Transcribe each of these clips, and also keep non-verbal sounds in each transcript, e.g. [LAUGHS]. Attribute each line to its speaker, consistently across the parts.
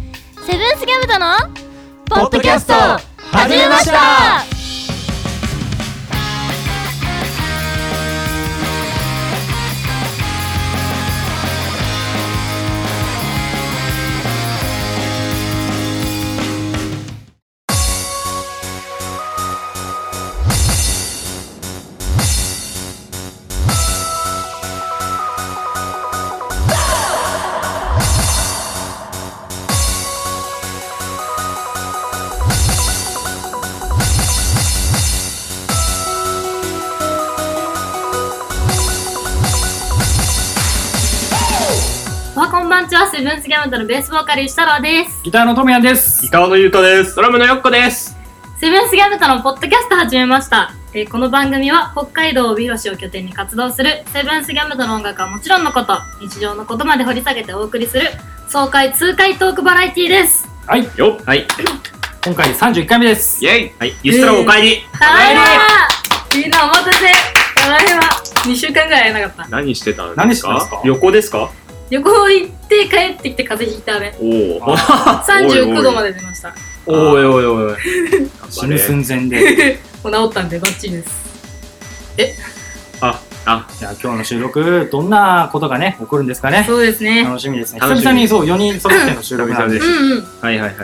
Speaker 1: ルースギャムとの
Speaker 2: ポッドキャスト始めました
Speaker 3: おはこんばんちはセブンスギャムとのベースボーカル吉太郎です
Speaker 4: ギターのトムヤンです。
Speaker 2: 伊川のゆうとです
Speaker 5: ドラムのよっこです。
Speaker 3: セブンスギャムとのポッドキャスト始めました、えーこの番組は北海道帯広市を拠点に活動するセブンスギャムとの音楽はもちろんのこと日常のことまで掘り下げてお送りする爽快痛快トークバラエティーです
Speaker 4: はい、
Speaker 5: よっ。はい。
Speaker 4: 今回三十一回目です。
Speaker 5: イェイ。はい。ゆすらお帰り。
Speaker 3: ただいまみんなお待たせただいま2週間ぐらい会えなかった
Speaker 5: 何してたんですか
Speaker 4: 何してたんですか
Speaker 5: 横ですか
Speaker 3: 旅行行って帰ってきて風邪ひいたね
Speaker 5: おお。
Speaker 3: 39度まで出ました
Speaker 4: おいおいおいおい。死
Speaker 5: 頑張
Speaker 4: ぬ
Speaker 5: れ。
Speaker 4: 寸前で。
Speaker 3: もう治ったんでバッチリです
Speaker 5: あ、あ、
Speaker 4: じゃあ今日の収録どんなことがね起こるんですかね。
Speaker 3: [LAUGHS] そうですね
Speaker 4: 楽しみですね。
Speaker 5: 楽し
Speaker 4: 久々
Speaker 5: み
Speaker 4: にそう四人揃っての収録なんで
Speaker 5: 久
Speaker 3: う
Speaker 5: 々で
Speaker 3: ん
Speaker 5: す
Speaker 3: うん
Speaker 5: はいはいはい。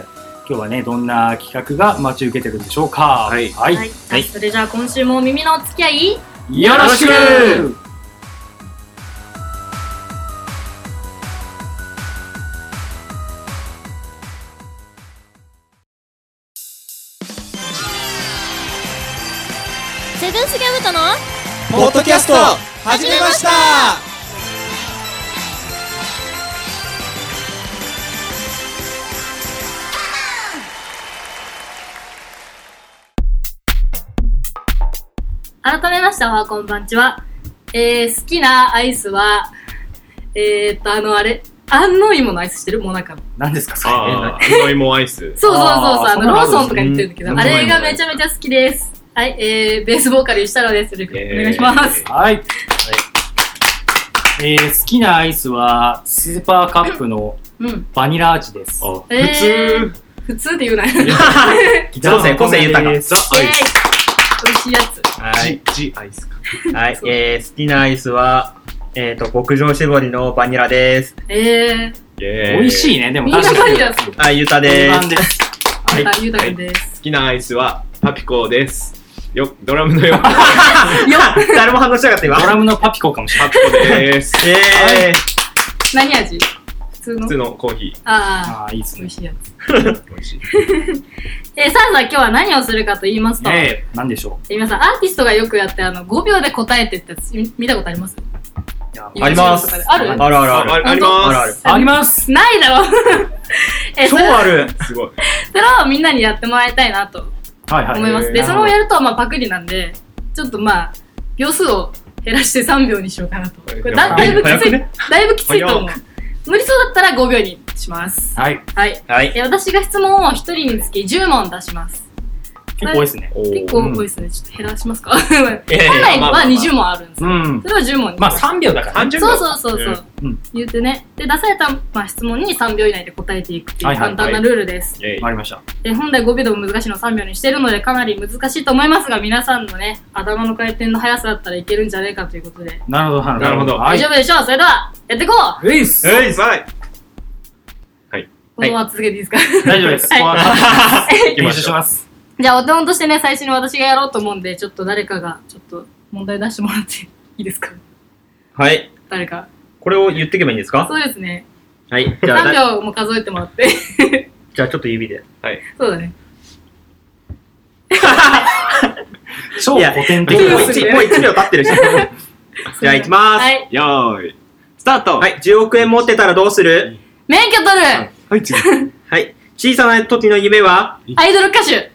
Speaker 4: 今日はねどんな企画が待ち受けてるんでしょうか。
Speaker 5: はい
Speaker 4: はい。
Speaker 3: はい、それじゃあ今週も耳のお付き合い
Speaker 4: よろしく
Speaker 5: よろ
Speaker 1: セブンスギャムとの
Speaker 2: ポッドキャスト始
Speaker 1: めました
Speaker 3: 改めましてはこんばんちは、えー、好きなアイスはえー、っとあのあれ安納芋のアイスしてるもうなんか
Speaker 4: 何ですかそれ。
Speaker 5: あ [LAUGHS] ー、うの芋アイス。
Speaker 3: そうそうそうそう
Speaker 4: あー
Speaker 3: あの
Speaker 4: そんなの
Speaker 3: ローソ
Speaker 4: あるんですね
Speaker 3: ンとかに売ってるんだけ
Speaker 5: う
Speaker 3: ど
Speaker 5: ん
Speaker 3: あれがめちゃめちゃ好きですはいえー、ベースボーカル吉太郎ですよろしくお願いします、
Speaker 4: はい。えー、好きなアイスはスーパーカップの
Speaker 3: うん
Speaker 4: バニラ味です。
Speaker 5: あ、
Speaker 3: えー
Speaker 5: 普通。
Speaker 3: 普通で言うなイ
Speaker 5: いや
Speaker 4: ギター
Speaker 5: 個性、
Speaker 4: のト
Speaker 5: 個
Speaker 4: ム
Speaker 5: 性
Speaker 4: ヤ
Speaker 5: 豊
Speaker 4: ン
Speaker 5: か。
Speaker 4: です
Speaker 5: ザ・
Speaker 3: ェイ美味しいやつ
Speaker 5: ア
Speaker 2: は
Speaker 5: イ
Speaker 2: い、
Speaker 5: ス。ジ・アイスか。
Speaker 2: はい、えー、好きなアイスは、えーと、極上絞りのバニラです。
Speaker 3: え
Speaker 5: 美
Speaker 4: 美味し
Speaker 5: い。
Speaker 4: いねで
Speaker 3: ー、
Speaker 4: も
Speaker 3: みんな
Speaker 4: 確
Speaker 3: バ
Speaker 4: か
Speaker 3: ニ
Speaker 4: に。
Speaker 3: ラ好き
Speaker 2: はい、ゆうた
Speaker 4: 定
Speaker 2: で
Speaker 4: 番
Speaker 2: す。
Speaker 4: です。
Speaker 5: はい
Speaker 3: あゆうたくんです、
Speaker 5: 好きなアイスは、パピコです。よ、ドラム [LAUGHS] のよっこ。
Speaker 3: よ
Speaker 2: 誰も反応しなかった今。
Speaker 4: ドラムのパピコかもしれない
Speaker 5: パ。ピコです。
Speaker 2: えー、
Speaker 3: 何味普通の
Speaker 5: 普通のコーヒ
Speaker 3: ああ
Speaker 4: ああーいいです
Speaker 3: 美
Speaker 4: ね
Speaker 3: 味。しいやつ
Speaker 5: ー。美味しい。
Speaker 3: [LAUGHS] えー、さあさあ今日は何をするかと言いますと、
Speaker 4: ねえ、なんでしょ
Speaker 3: 皆さんアーティストがよくやってあの5秒で答えてってやつみ見たことあります
Speaker 4: う。いや
Speaker 2: あります
Speaker 3: とかである
Speaker 2: あるある
Speaker 5: あ
Speaker 2: ある。
Speaker 5: ああり
Speaker 2: ある
Speaker 5: ま
Speaker 2: あ
Speaker 5: す
Speaker 2: る。
Speaker 4: あります。
Speaker 3: ないだろう [LAUGHS] えーそ
Speaker 2: 超
Speaker 3: れ
Speaker 2: ある。
Speaker 5: すごい。
Speaker 3: それをみんなにやってもらいたいなと
Speaker 4: はいはい。
Speaker 3: 思います、
Speaker 5: え
Speaker 3: で
Speaker 5: ー
Speaker 3: それをやるとまあパクリなんでちょっとまあ秒数を減らして3秒にしようかなとこれだだいぶき
Speaker 2: 早
Speaker 3: つい、
Speaker 2: くね
Speaker 3: だいぶきついと思う無理そうだったら5秒にします
Speaker 4: はい。
Speaker 3: はい
Speaker 2: はい。
Speaker 3: えー私が質問を1人につき10問出します
Speaker 4: 結構多いですね。
Speaker 5: おー
Speaker 3: 結構多いですねちょっと減らします [LAUGHS] か本
Speaker 2: えー
Speaker 3: 来
Speaker 5: まあ
Speaker 3: は
Speaker 5: まあまあ
Speaker 3: 20問あるんです
Speaker 4: う
Speaker 3: よ
Speaker 4: ん
Speaker 3: そ。れを10問に
Speaker 4: まあ3秒だからね。
Speaker 5: 30
Speaker 3: そう
Speaker 5: 秒
Speaker 3: そうそうそう、
Speaker 4: うん
Speaker 3: 言うてねで出された、まあ、質問に3秒以内で答えていくっていう簡単なルールです、
Speaker 5: イェイ
Speaker 4: わかりました。
Speaker 3: で本来5秒でも難しいのを3秒にしてるのでかなり難しいと思いますが皆さんのね頭の回転の速さだったらいけるんじゃないかということで、
Speaker 4: なるほど、なるほど。
Speaker 5: なるほど
Speaker 4: は
Speaker 3: 大
Speaker 4: い
Speaker 3: 丈。夫でしょうそれではやっていこう
Speaker 4: えいっす。
Speaker 5: えいさい
Speaker 3: このまま続けていいですか、
Speaker 4: 大丈夫です。
Speaker 3: はい
Speaker 4: ここは [LAUGHS]
Speaker 5: 行きま
Speaker 4: 練習
Speaker 5: し
Speaker 4: し
Speaker 5: ょう。
Speaker 4: ます。
Speaker 3: [LAUGHS] じゃあお手本としてね最初に私がやろうと思うんでちょっと誰かがちょっと問題出してもらっていいですか
Speaker 2: はい。
Speaker 3: 誰か
Speaker 2: これを言っていけばいいんですか
Speaker 3: そうですね
Speaker 2: はい。じゃあ、だ
Speaker 3: 3秒も数えてもらって [LAUGHS]
Speaker 2: じゃあちょっと指で。
Speaker 3: そうだね
Speaker 4: 超古典的
Speaker 2: もう
Speaker 3: [LAUGHS]
Speaker 4: な。
Speaker 3: す
Speaker 2: 1もう一秒経ってるし。
Speaker 3: [LAUGHS]
Speaker 2: じゃあ行きまーす。
Speaker 3: はい
Speaker 5: よーいスタート
Speaker 2: はい、10億円持ってたらどうする
Speaker 3: 免許取る
Speaker 5: はい次
Speaker 2: はい、小さな時の夢は
Speaker 3: アイドル歌手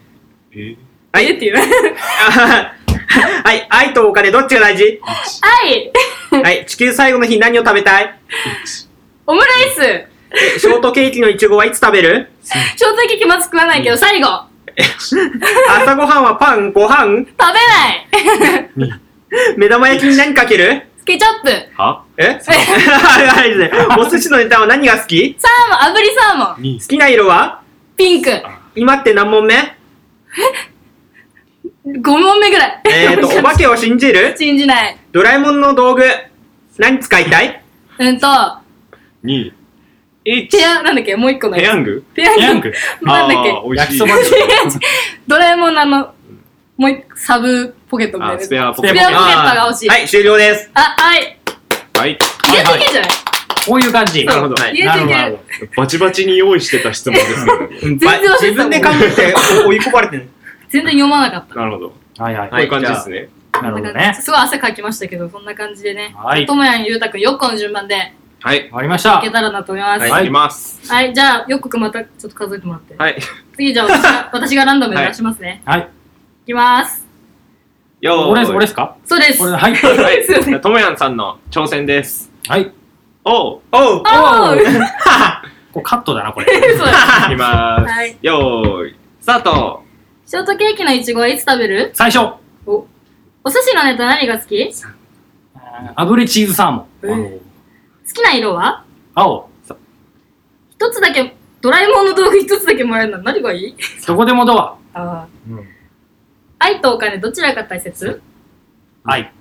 Speaker 5: え
Speaker 2: は
Speaker 3: えっ
Speaker 2: い、
Speaker 3: ていうね
Speaker 2: [LAUGHS] はい、愛とお金どっちが大事
Speaker 3: はい [LAUGHS]
Speaker 2: はい、地球最後の日何を食べたい
Speaker 3: オムライス
Speaker 2: えショートケーキのイチゴはいつ食べる
Speaker 3: ショートケーキまず食わないけど最後
Speaker 2: 朝ごはんはパン、ご飯
Speaker 3: 食べない
Speaker 2: 目玉焼きに何かける
Speaker 3: ケチャップ
Speaker 5: は
Speaker 2: え
Speaker 3: サー
Speaker 2: あれあれですね。お寿司のネタは何が好き
Speaker 3: モン炙りサーモン
Speaker 5: に
Speaker 2: 好きな色は
Speaker 3: ピンク。
Speaker 2: 今って何問目
Speaker 3: 5問目ぐらい。
Speaker 2: え
Speaker 3: [LAUGHS]
Speaker 5: [LAUGHS]
Speaker 2: っと、お化けを信じる
Speaker 3: 信じない。
Speaker 2: ドラえもんの道具、何使いたい
Speaker 3: うんと、
Speaker 5: 2、1、
Speaker 3: ペア、なんだっけもう一個の
Speaker 5: ペ
Speaker 3: や
Speaker 5: ヤ
Speaker 3: つ。
Speaker 5: ング
Speaker 3: ペヤ
Speaker 4: ヤ
Speaker 3: ン
Speaker 4: ン
Speaker 3: グ。[LAUGHS]
Speaker 4: グ。
Speaker 3: なんだっけ
Speaker 5: あー美
Speaker 4: 焼
Speaker 5: 味
Speaker 4: き
Speaker 5: しい
Speaker 4: そ。ばでしょ。
Speaker 3: ドラえもんのあの、もう一個サブポケットみたいな、
Speaker 5: あ
Speaker 3: やつ。
Speaker 5: スペアポ
Speaker 3: ス
Speaker 5: ケ
Speaker 3: ペ
Speaker 5: モ
Speaker 3: ア
Speaker 5: ン。
Speaker 3: ポケットが欲しい。
Speaker 2: はい、終了です。
Speaker 3: あ、はい。
Speaker 5: はい。
Speaker 3: 入れ
Speaker 4: は
Speaker 3: て
Speaker 4: い
Speaker 3: いけんじゃない
Speaker 4: こういう感じ。
Speaker 2: なるほど。は
Speaker 3: 入
Speaker 2: い。
Speaker 3: れていけ
Speaker 4: なる
Speaker 3: る
Speaker 4: ほ。
Speaker 5: バチバチに用意してた質問ですけど。
Speaker 2: うん
Speaker 3: 全然忘れてた
Speaker 2: 自分で考えてお追い込 [LAUGHS] まれてる。
Speaker 3: 全然読まなかった。
Speaker 5: [LAUGHS] なるほど。こ
Speaker 4: はいは
Speaker 5: う
Speaker 2: はい
Speaker 4: い。
Speaker 5: う感じですね。
Speaker 4: なるほど
Speaker 3: なん
Speaker 4: ね
Speaker 3: か。すごい汗かきましたけど、こんな感じでね。
Speaker 4: はい
Speaker 3: ともやん、ゆうたくん、よっこの順番でい
Speaker 5: はい。
Speaker 4: 終わりました
Speaker 3: け。たらなと思います。
Speaker 5: はい。
Speaker 3: はい
Speaker 5: いきます。
Speaker 3: はい、じゃあ、よっこくんまたちょっと数えてもらって。
Speaker 5: はい。
Speaker 3: 次、じゃあ私が、私がランダムで出しますね。
Speaker 4: はい。
Speaker 3: いきます。
Speaker 5: よーい
Speaker 4: 俺です、俺ですか
Speaker 3: そうです。
Speaker 4: 俺、
Speaker 3: お
Speaker 4: はい。
Speaker 5: はい
Speaker 3: すいません
Speaker 5: じゃあ。ともやんさんの挑戦です。
Speaker 4: はい。
Speaker 5: おう。
Speaker 2: お
Speaker 3: ー
Speaker 4: お
Speaker 2: う
Speaker 4: ーこれカットだな、これ。
Speaker 3: そうだ
Speaker 5: いきま
Speaker 3: は
Speaker 5: ー
Speaker 3: い
Speaker 5: す。よーい。スタート。
Speaker 3: ショートケーキのいちごはいつ食べる
Speaker 4: 最初。
Speaker 3: お寿司のネタ何が好き好
Speaker 4: 炙りチーズサーモ
Speaker 3: え
Speaker 4: ン
Speaker 3: ー。きな色は
Speaker 4: 青。
Speaker 3: 一つだけ、ドラえもんの道具一つだけもらえるのは何がいい
Speaker 4: どこでもドア。
Speaker 3: ああ。
Speaker 4: うん
Speaker 3: 愛とお金どちらが大切
Speaker 4: はい。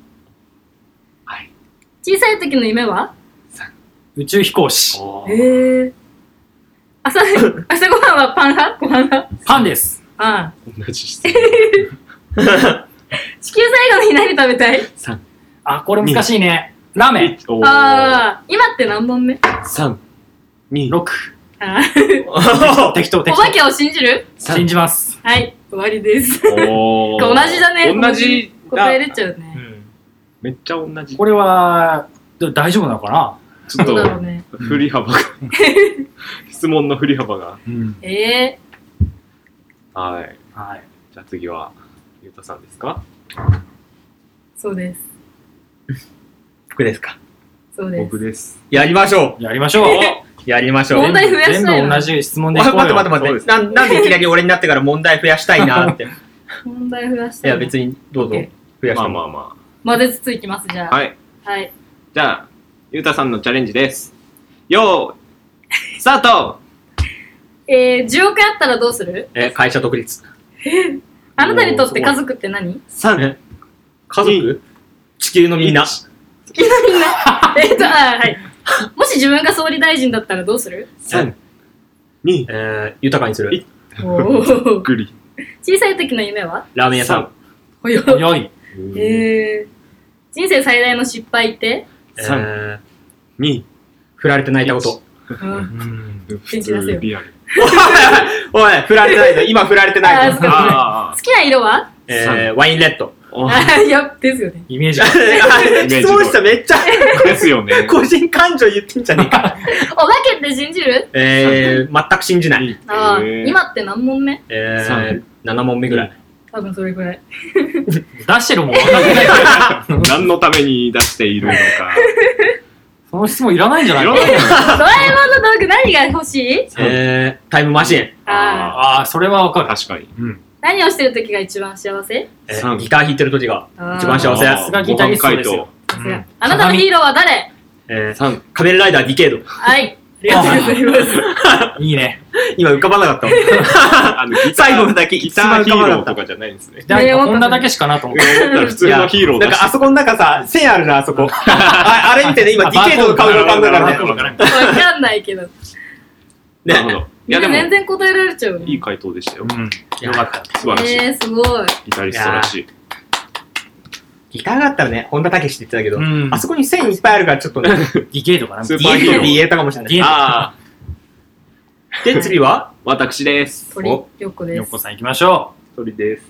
Speaker 3: 小さい時の夢は
Speaker 4: 宇宙飛行士。
Speaker 5: おー
Speaker 3: へえ。朝、朝ごはんはパン派ご飯派
Speaker 4: パンです。
Speaker 3: ああ。
Speaker 5: 同じ
Speaker 3: [LAUGHS]
Speaker 5: 質
Speaker 3: 地
Speaker 5: 問。
Speaker 3: 球最後の日何食べたい
Speaker 5: 三。
Speaker 4: あ、これ難しいね。ラーメン。
Speaker 5: 一おー
Speaker 3: ああ。今って何問目
Speaker 5: 三。二。
Speaker 4: 6。
Speaker 3: ああ。
Speaker 4: 適当、
Speaker 3: お
Speaker 4: 適
Speaker 3: 化けを信じる
Speaker 4: 当。信じます。
Speaker 3: はい。終わり
Speaker 5: [LAUGHS]
Speaker 3: です。
Speaker 5: お
Speaker 3: 同
Speaker 5: ー
Speaker 3: じだね。
Speaker 5: 同じだ
Speaker 3: 答えれちゃうね。
Speaker 5: めっちゃ同じ。
Speaker 4: これは、ど大丈夫なのかな
Speaker 5: ちょっ
Speaker 3: どうだろ
Speaker 5: と
Speaker 3: うね。
Speaker 5: 振
Speaker 3: [LAUGHS]
Speaker 5: り幅が。質問の振り幅が。
Speaker 4: うん。
Speaker 3: ええ
Speaker 5: はい。
Speaker 4: はい。
Speaker 5: じゃあ次は、ゆうたさんですか
Speaker 3: そうです。
Speaker 2: 僕ですか。
Speaker 3: そうです。
Speaker 5: 僕です。
Speaker 2: やりましょ
Speaker 4: やりましょう。
Speaker 2: う。やりましょう。
Speaker 3: 問題増やしたい
Speaker 4: 全
Speaker 3: な
Speaker 4: 部同じ質問でいこ
Speaker 2: あ
Speaker 4: うよ。
Speaker 2: 待って待って待って。ななんでいきなり俺になってから問題増やしたいなって。い
Speaker 3: 問題増やして。
Speaker 2: や、別にどうぞ
Speaker 3: OK
Speaker 2: 増やし
Speaker 5: ま
Speaker 2: て
Speaker 5: あ
Speaker 2: も。
Speaker 5: まあま
Speaker 3: 混ぜつついきます、じゃ
Speaker 5: あ。
Speaker 3: あ。
Speaker 5: はい。
Speaker 3: はい。
Speaker 5: じゃあ、ゆうたさんのチャレンジです。よーい、スタート
Speaker 3: えー、10億円あったらどうする
Speaker 2: え、会社独立。
Speaker 3: あなたにとって家族って何
Speaker 5: !3、
Speaker 2: 家
Speaker 5: い
Speaker 2: 族地球のみんな。
Speaker 3: [LAUGHS] みんな。えっと、あーはい。もし自分が総理大臣だったらどうする
Speaker 5: 3、2、
Speaker 2: えー、豊かにする
Speaker 5: い。
Speaker 3: おー
Speaker 5: グリ。
Speaker 3: 小さい時の夢は
Speaker 2: ラーメン屋さん。
Speaker 3: ほよ。
Speaker 4: よい。
Speaker 5: 3、
Speaker 3: えー、人生最大の失敗って
Speaker 2: え
Speaker 5: 三
Speaker 2: ー、
Speaker 5: 2、
Speaker 2: 振られて泣いたこと。
Speaker 3: うん。
Speaker 5: 普通リアル。
Speaker 2: おいおい、振られてないぞ。今振られてな
Speaker 3: [LAUGHS]
Speaker 2: い
Speaker 3: あ
Speaker 2: ぞ
Speaker 3: ー。
Speaker 5: あ
Speaker 3: 好きな色は
Speaker 2: えー、ワインレッド。
Speaker 5: あ、あ
Speaker 3: あいや、ですよね。
Speaker 4: イメージが。
Speaker 5: イメージ通り
Speaker 2: 質問者めっちゃ
Speaker 5: です
Speaker 3: [LAUGHS]
Speaker 5: よね。
Speaker 2: 個人感情言ってんじゃねえか。
Speaker 3: お化けって信じる
Speaker 2: えー、全く信じない。
Speaker 3: ああ、
Speaker 5: えー
Speaker 3: 今って何問目
Speaker 2: えー
Speaker 5: 三、
Speaker 2: 7問目ぐらい。
Speaker 3: 多分それぐらい。
Speaker 4: 出してるもん分かってないから。
Speaker 5: [LAUGHS] 何のために出しているのか。
Speaker 4: その質問いらないんじゃないい
Speaker 5: ろ
Speaker 4: か
Speaker 5: んな
Speaker 3: ドラえもんの道具何が欲しい
Speaker 5: え
Speaker 2: えー、タイムマシン。
Speaker 3: ああ。
Speaker 4: ああ、それはわかる。
Speaker 5: 確かに。
Speaker 4: うん。
Speaker 3: 何をしてる時が一番幸せ
Speaker 2: えー
Speaker 5: 三
Speaker 2: ギター弾いてる時が
Speaker 3: あー
Speaker 2: 一番幸せ。
Speaker 5: あー
Speaker 4: さすがギタリストですよ。
Speaker 3: さすがあなたのヒーローは誰
Speaker 2: えー、
Speaker 5: 3、
Speaker 2: 仮面ライダーディケード。
Speaker 3: はい。ありがとうございます。
Speaker 4: いいね。
Speaker 2: 今浮かばなかったわ。
Speaker 5: あの、ギタ
Speaker 2: 最後
Speaker 5: ー、
Speaker 2: だけ
Speaker 5: ギ
Speaker 2: 一
Speaker 5: ター
Speaker 2: 番
Speaker 5: ヒ
Speaker 2: 浮
Speaker 5: ー
Speaker 2: かばなか
Speaker 5: ロー
Speaker 2: った
Speaker 5: と。かじゃないんです
Speaker 2: [LAUGHS]
Speaker 5: ね。
Speaker 4: だから、こんなだけしかなと思っ
Speaker 5: 思ったら普通のヒーロー
Speaker 2: なん
Speaker 5: だし
Speaker 2: かあそこの中さ、線あるな、あそ [LAUGHS] こ。ああれ見てね、今、ディケードの顔が浮かんだからね。
Speaker 5: ね。
Speaker 3: わかんないけど。い
Speaker 5: なるほど。
Speaker 2: ね。
Speaker 5: [LAUGHS] いやで
Speaker 3: 全
Speaker 5: も、
Speaker 3: 然答えられちゃうね。
Speaker 5: いい回答でしたよ。
Speaker 4: た。
Speaker 2: よかった。
Speaker 5: 素晴らしい。
Speaker 3: えー、すごい。
Speaker 5: ギタリストらしい。
Speaker 2: ギターがあったらね、本田武史って言ってたけど、
Speaker 4: うん
Speaker 2: あそこに線いっぱいあるから、ちょっ [LAUGHS] とね、
Speaker 4: ディケイドかな。
Speaker 5: スー
Speaker 2: デ
Speaker 5: パ
Speaker 2: ィ
Speaker 5: ーヒ
Speaker 2: ケー
Speaker 5: ー
Speaker 2: ド
Speaker 5: ロ
Speaker 2: で
Speaker 5: ー。
Speaker 2: 言えたかもしれない。
Speaker 5: ああ、
Speaker 2: で、次は
Speaker 5: 私です。
Speaker 3: 鳥
Speaker 2: お、
Speaker 3: よっこで
Speaker 4: よっ
Speaker 3: す
Speaker 4: こ。さん行きましょ
Speaker 5: 鳥です。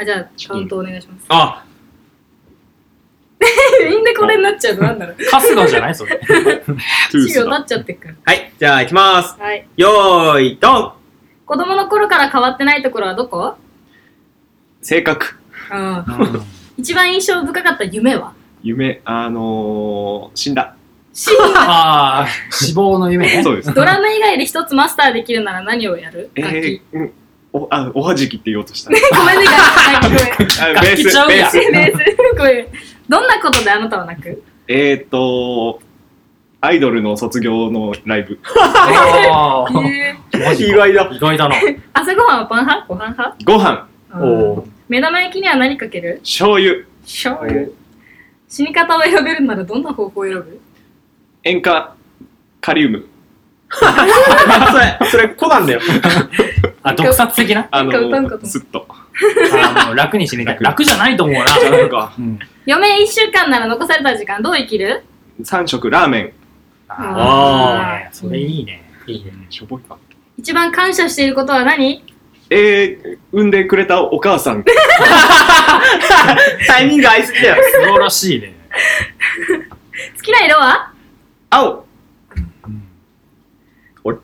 Speaker 3: あ、じゃあ、カウントお願いします。
Speaker 2: あ、
Speaker 3: [LAUGHS] みんなこれになっちゃうのなんだろう
Speaker 5: [LAUGHS]
Speaker 4: う。。春日じゃないそれ。
Speaker 5: トゥー
Speaker 3: 授
Speaker 5: ス
Speaker 3: 業な
Speaker 5: だ。
Speaker 3: っちゃってっから。
Speaker 2: はい、じゃあ行きます。
Speaker 3: はい。
Speaker 2: よーい、ドン
Speaker 3: 子供の頃から変わってないところはどこ
Speaker 5: 性格、
Speaker 3: ああ。一番印象深かった夢は
Speaker 5: 夢、あのー、死んだ。
Speaker 3: 死ぬ
Speaker 4: ああ、死亡の夢ね。
Speaker 5: そ
Speaker 3: [LAUGHS]
Speaker 5: うです。
Speaker 3: ドラム以外で一つマスターできるなら何をやる
Speaker 5: え
Speaker 3: 楽器。
Speaker 5: ー、うん。お、あ、おはじきって言おうとし
Speaker 3: [LAUGHS]
Speaker 5: た。
Speaker 3: ごめんね、楽器。ごめん
Speaker 5: あベース、
Speaker 4: 楽器ちゃう
Speaker 5: ベ
Speaker 4: や
Speaker 5: ー
Speaker 4: ん
Speaker 3: [LAUGHS]
Speaker 5: ス。
Speaker 3: SNS ごめんどんなことであなたは泣く
Speaker 5: えーっと、アイドルの卒業のライブ。
Speaker 4: あ
Speaker 3: え
Speaker 4: ー
Speaker 3: ー、
Speaker 4: マジ
Speaker 2: 意
Speaker 4: か
Speaker 2: 外だ。
Speaker 4: 意外だな。
Speaker 3: 朝ごはんはパン派ご飯派
Speaker 5: ご飯、
Speaker 3: うん
Speaker 2: おー
Speaker 3: 目玉焼きには何かける
Speaker 5: 醤油、
Speaker 3: 醤油死に方を選べるならどんな方法を選ぶ
Speaker 5: 塩化、カリウム。
Speaker 2: それ、それ、コナン [LAUGHS] だよ。
Speaker 4: あ、毒殺的な
Speaker 5: あ
Speaker 3: 塩化ウタンか
Speaker 5: の、
Speaker 3: と
Speaker 5: スッと。
Speaker 4: あもう楽に死にたい。
Speaker 5: 楽
Speaker 4: 楽じゃないと思うな。 [LAUGHS]
Speaker 5: なんか、
Speaker 4: うん。
Speaker 3: 余命1週間なら残された時間どう生きる
Speaker 5: 3食、ラーメン。
Speaker 2: あ
Speaker 4: ねそれいいね。
Speaker 2: いいね。
Speaker 5: しょぼいな。
Speaker 3: 一番感謝していることは何
Speaker 5: えー、産んでくれたお母さん。
Speaker 2: タイミング合いすぎだよ。
Speaker 4: 素晴らしいね。
Speaker 3: 好きな色は [LAUGHS]
Speaker 5: 青。
Speaker 4: うん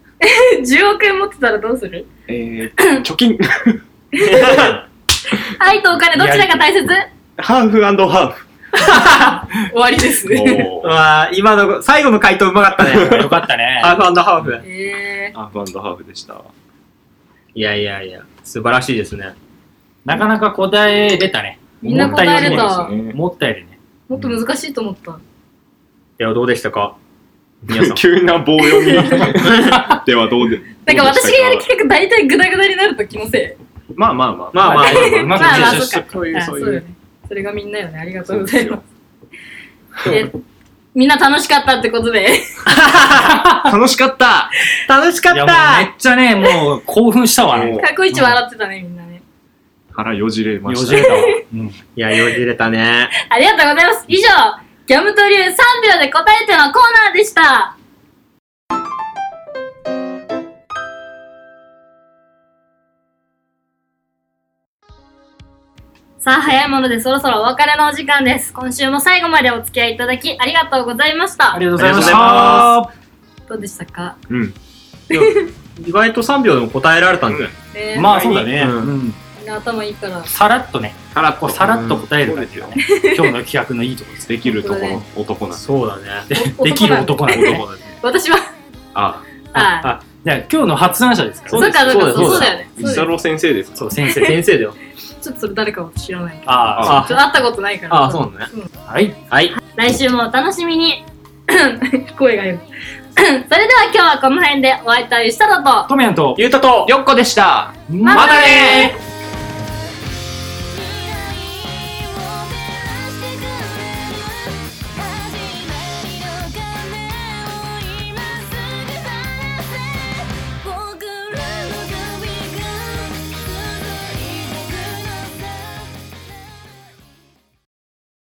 Speaker 3: 10億円持ってたらどうする
Speaker 5: えー、貯金。 [LAUGHS]
Speaker 3: 愛とお金どちらが大切
Speaker 5: ハーフハ
Speaker 3: 終わりです
Speaker 5: ー
Speaker 3: [LAUGHS]
Speaker 5: フ。 [LAUGHS] おー
Speaker 2: わあ、今の、最後の回答うまかった [LAUGHS] ね。
Speaker 4: よかったね。
Speaker 2: ハーフハーフ。
Speaker 3: えー
Speaker 5: ハーフハーフでした。
Speaker 2: いやいやいや、素晴らしいですね。
Speaker 4: なかなか答え出たね。
Speaker 3: みんな答えれた
Speaker 5: そうですね
Speaker 4: 思ったよりね。
Speaker 3: もっと難しいと思った。
Speaker 2: ではどうでしたか皆さん。
Speaker 5: 急な棒読み [LAUGHS] ではどうで
Speaker 3: なんか私がやる
Speaker 5: どうでしたか
Speaker 3: 企画大体グダグダになると気のせい。
Speaker 5: まあまあまあ
Speaker 2: [LAUGHS] まあま
Speaker 4: う
Speaker 2: あ、
Speaker 4: まく
Speaker 3: まあまあ
Speaker 4: 実証し
Speaker 3: そ
Speaker 4: た
Speaker 3: っ
Speaker 4: か
Speaker 3: か。
Speaker 5: そういう
Speaker 3: あ
Speaker 5: そう
Speaker 3: そ
Speaker 5: いうう
Speaker 3: だよね。それがみんなよね。ありがとうござい
Speaker 5: そう
Speaker 3: ます。えみんな楽しかったってことで。
Speaker 5: 楽しかった
Speaker 2: 楽しかっ
Speaker 4: いやもうめ
Speaker 2: た
Speaker 4: っちゃね、もう興奮したわ
Speaker 3: [LAUGHS]
Speaker 5: も
Speaker 4: ね。
Speaker 5: う
Speaker 3: 過去一笑ってたね、みんなね。
Speaker 5: 腹よじれま
Speaker 4: よ
Speaker 5: し
Speaker 4: じ
Speaker 5: た
Speaker 4: れたわ。うん
Speaker 2: いや、よじれたね。
Speaker 3: ありがとうございます。以上、ギャムと流3秒で答えてのコーナーでした。さあ、早いものでそろそろお別れのお時間です。今週も最後までお付き合いいただきありがとうございました
Speaker 4: あ。りがとうございまし
Speaker 2: あ
Speaker 4: た。
Speaker 3: どうでしたか、
Speaker 5: うん
Speaker 2: いや意外と3秒でも答えられたんじゃない
Speaker 3: ね
Speaker 4: まあそうだね。
Speaker 2: う
Speaker 4: うん
Speaker 3: みんな頭いいから。
Speaker 4: さらっとね、
Speaker 5: 腹
Speaker 4: こうさらっと答える感じがね、今日の企画のいいところです。
Speaker 5: できるところ男なん
Speaker 2: そうだね。
Speaker 3: お
Speaker 4: [LAUGHS] できる男なんでね。
Speaker 2: 男だね
Speaker 3: 私は、
Speaker 5: あ
Speaker 3: あ
Speaker 4: じゃあ今日の発案者ですから
Speaker 3: そう
Speaker 4: ね。
Speaker 3: か、そうか、
Speaker 2: そうだ
Speaker 3: そうだよね。
Speaker 5: 伊
Speaker 3: そうだ
Speaker 5: 佐
Speaker 3: よね
Speaker 5: 郎先生ですか
Speaker 4: そう、先生。
Speaker 2: 先生だよ。
Speaker 3: ちょっとそれ誰か私知らないけど。
Speaker 4: あ
Speaker 2: あ
Speaker 3: ちょっと会ったことないから。
Speaker 2: あ、そうだね。
Speaker 4: あ、はい。
Speaker 2: はい。
Speaker 3: 来週もお楽しみに [LAUGHS] 声がよ [LAUGHS] それでは今日はこの辺でお会いいたいしただと
Speaker 4: トメヤンと、
Speaker 2: ゆうたと、
Speaker 5: よっこでした
Speaker 4: ま
Speaker 5: たね
Speaker 3: ー